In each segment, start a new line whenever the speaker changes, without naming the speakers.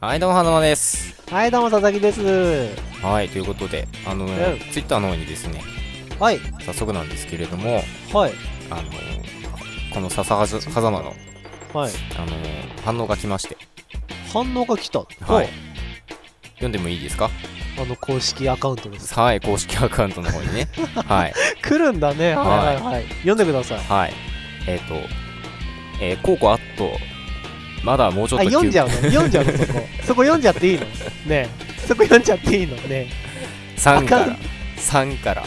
はい、どうも、はなまです。
はい、どうも、佐々木です。
はい、ということで、あの、
うん
ツイッターの方にですね、
はい、
早速なんですけれども、
はい、
あの、この笹はず風間の、
はい。
あの、反応が来まして、
反応が来た。
はい。読んでもいいですか
お。あの、公式アカウントです。
はい、公式アカウントの方にね。はい、
来るんだね。
は
はいい、はい、はい。読んでください。
はい。えっ、と、えー、こうこうあっと、まだもうちょっ
あ、
と
読んじゃうの読んじゃう の、そこ。そこ読んじゃっていいのねえ。そこ読んじゃっていいのね
3か
アカウ
ら、3から、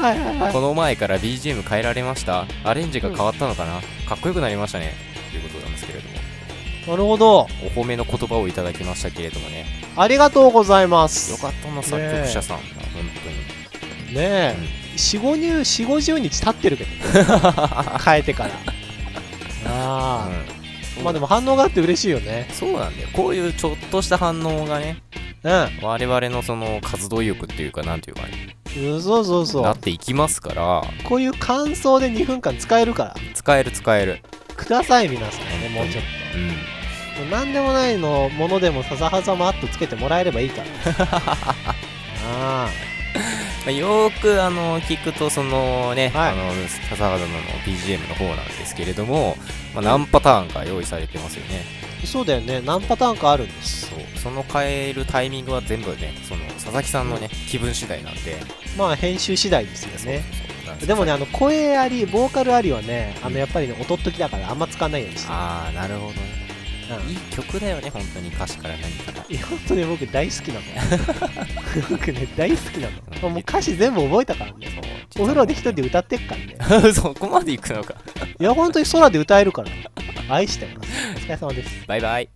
え。はい、はい、はい。
この前から BGM 変えられましたアレンジが変わったのかな、かっこよくなりましたね。ということなんですけれども。
なるほど。
お褒めの言葉をいただきましたけれどもね
ありがとうございます。
よかったな作曲者さん、本当に
ねえ。四五入、四五十日経って るけど。変えて から。あ
う
あ、
ん
まあでも反応があって嬉しいよね。
そうなんだよこういうちょっとした反応がね
うん。
我々のその活動意欲っていうかなんていうかね
そうそうそ
なっ
う。
ていきますから
こういう感想で2分間使えるから。
使える使える
ください皆さんねもうちょっ
う
ともう何でもないのものでも笹はざもアッとつけてもらえればいいからあ
んよーくあの聞くとそのね、
はい
あの笹原殿の BGM の方なんですけれども、まあ、何パターンか用意されてますよね
あそうだよね何パターンかあるんです
そうその変えるタイミングは全部ねその佐々木さんのね気分次第なんで
まあ編集次第ですよね
そうそうそう
でもねあの声ありボーカルありはねあのやっぱりね音っときだからあんま使わないようにして
ああなるほどね
る、うん
いい曲だよね本当に歌詞から何から
いや本当ね僕大好きな の僕ね大好きなのもう歌詞全部覚えたからねお風呂で一人で歌ってっからね
で そこまで行くのか
いや本当に空で歌えるから愛してますお疲れ様です
バイバイ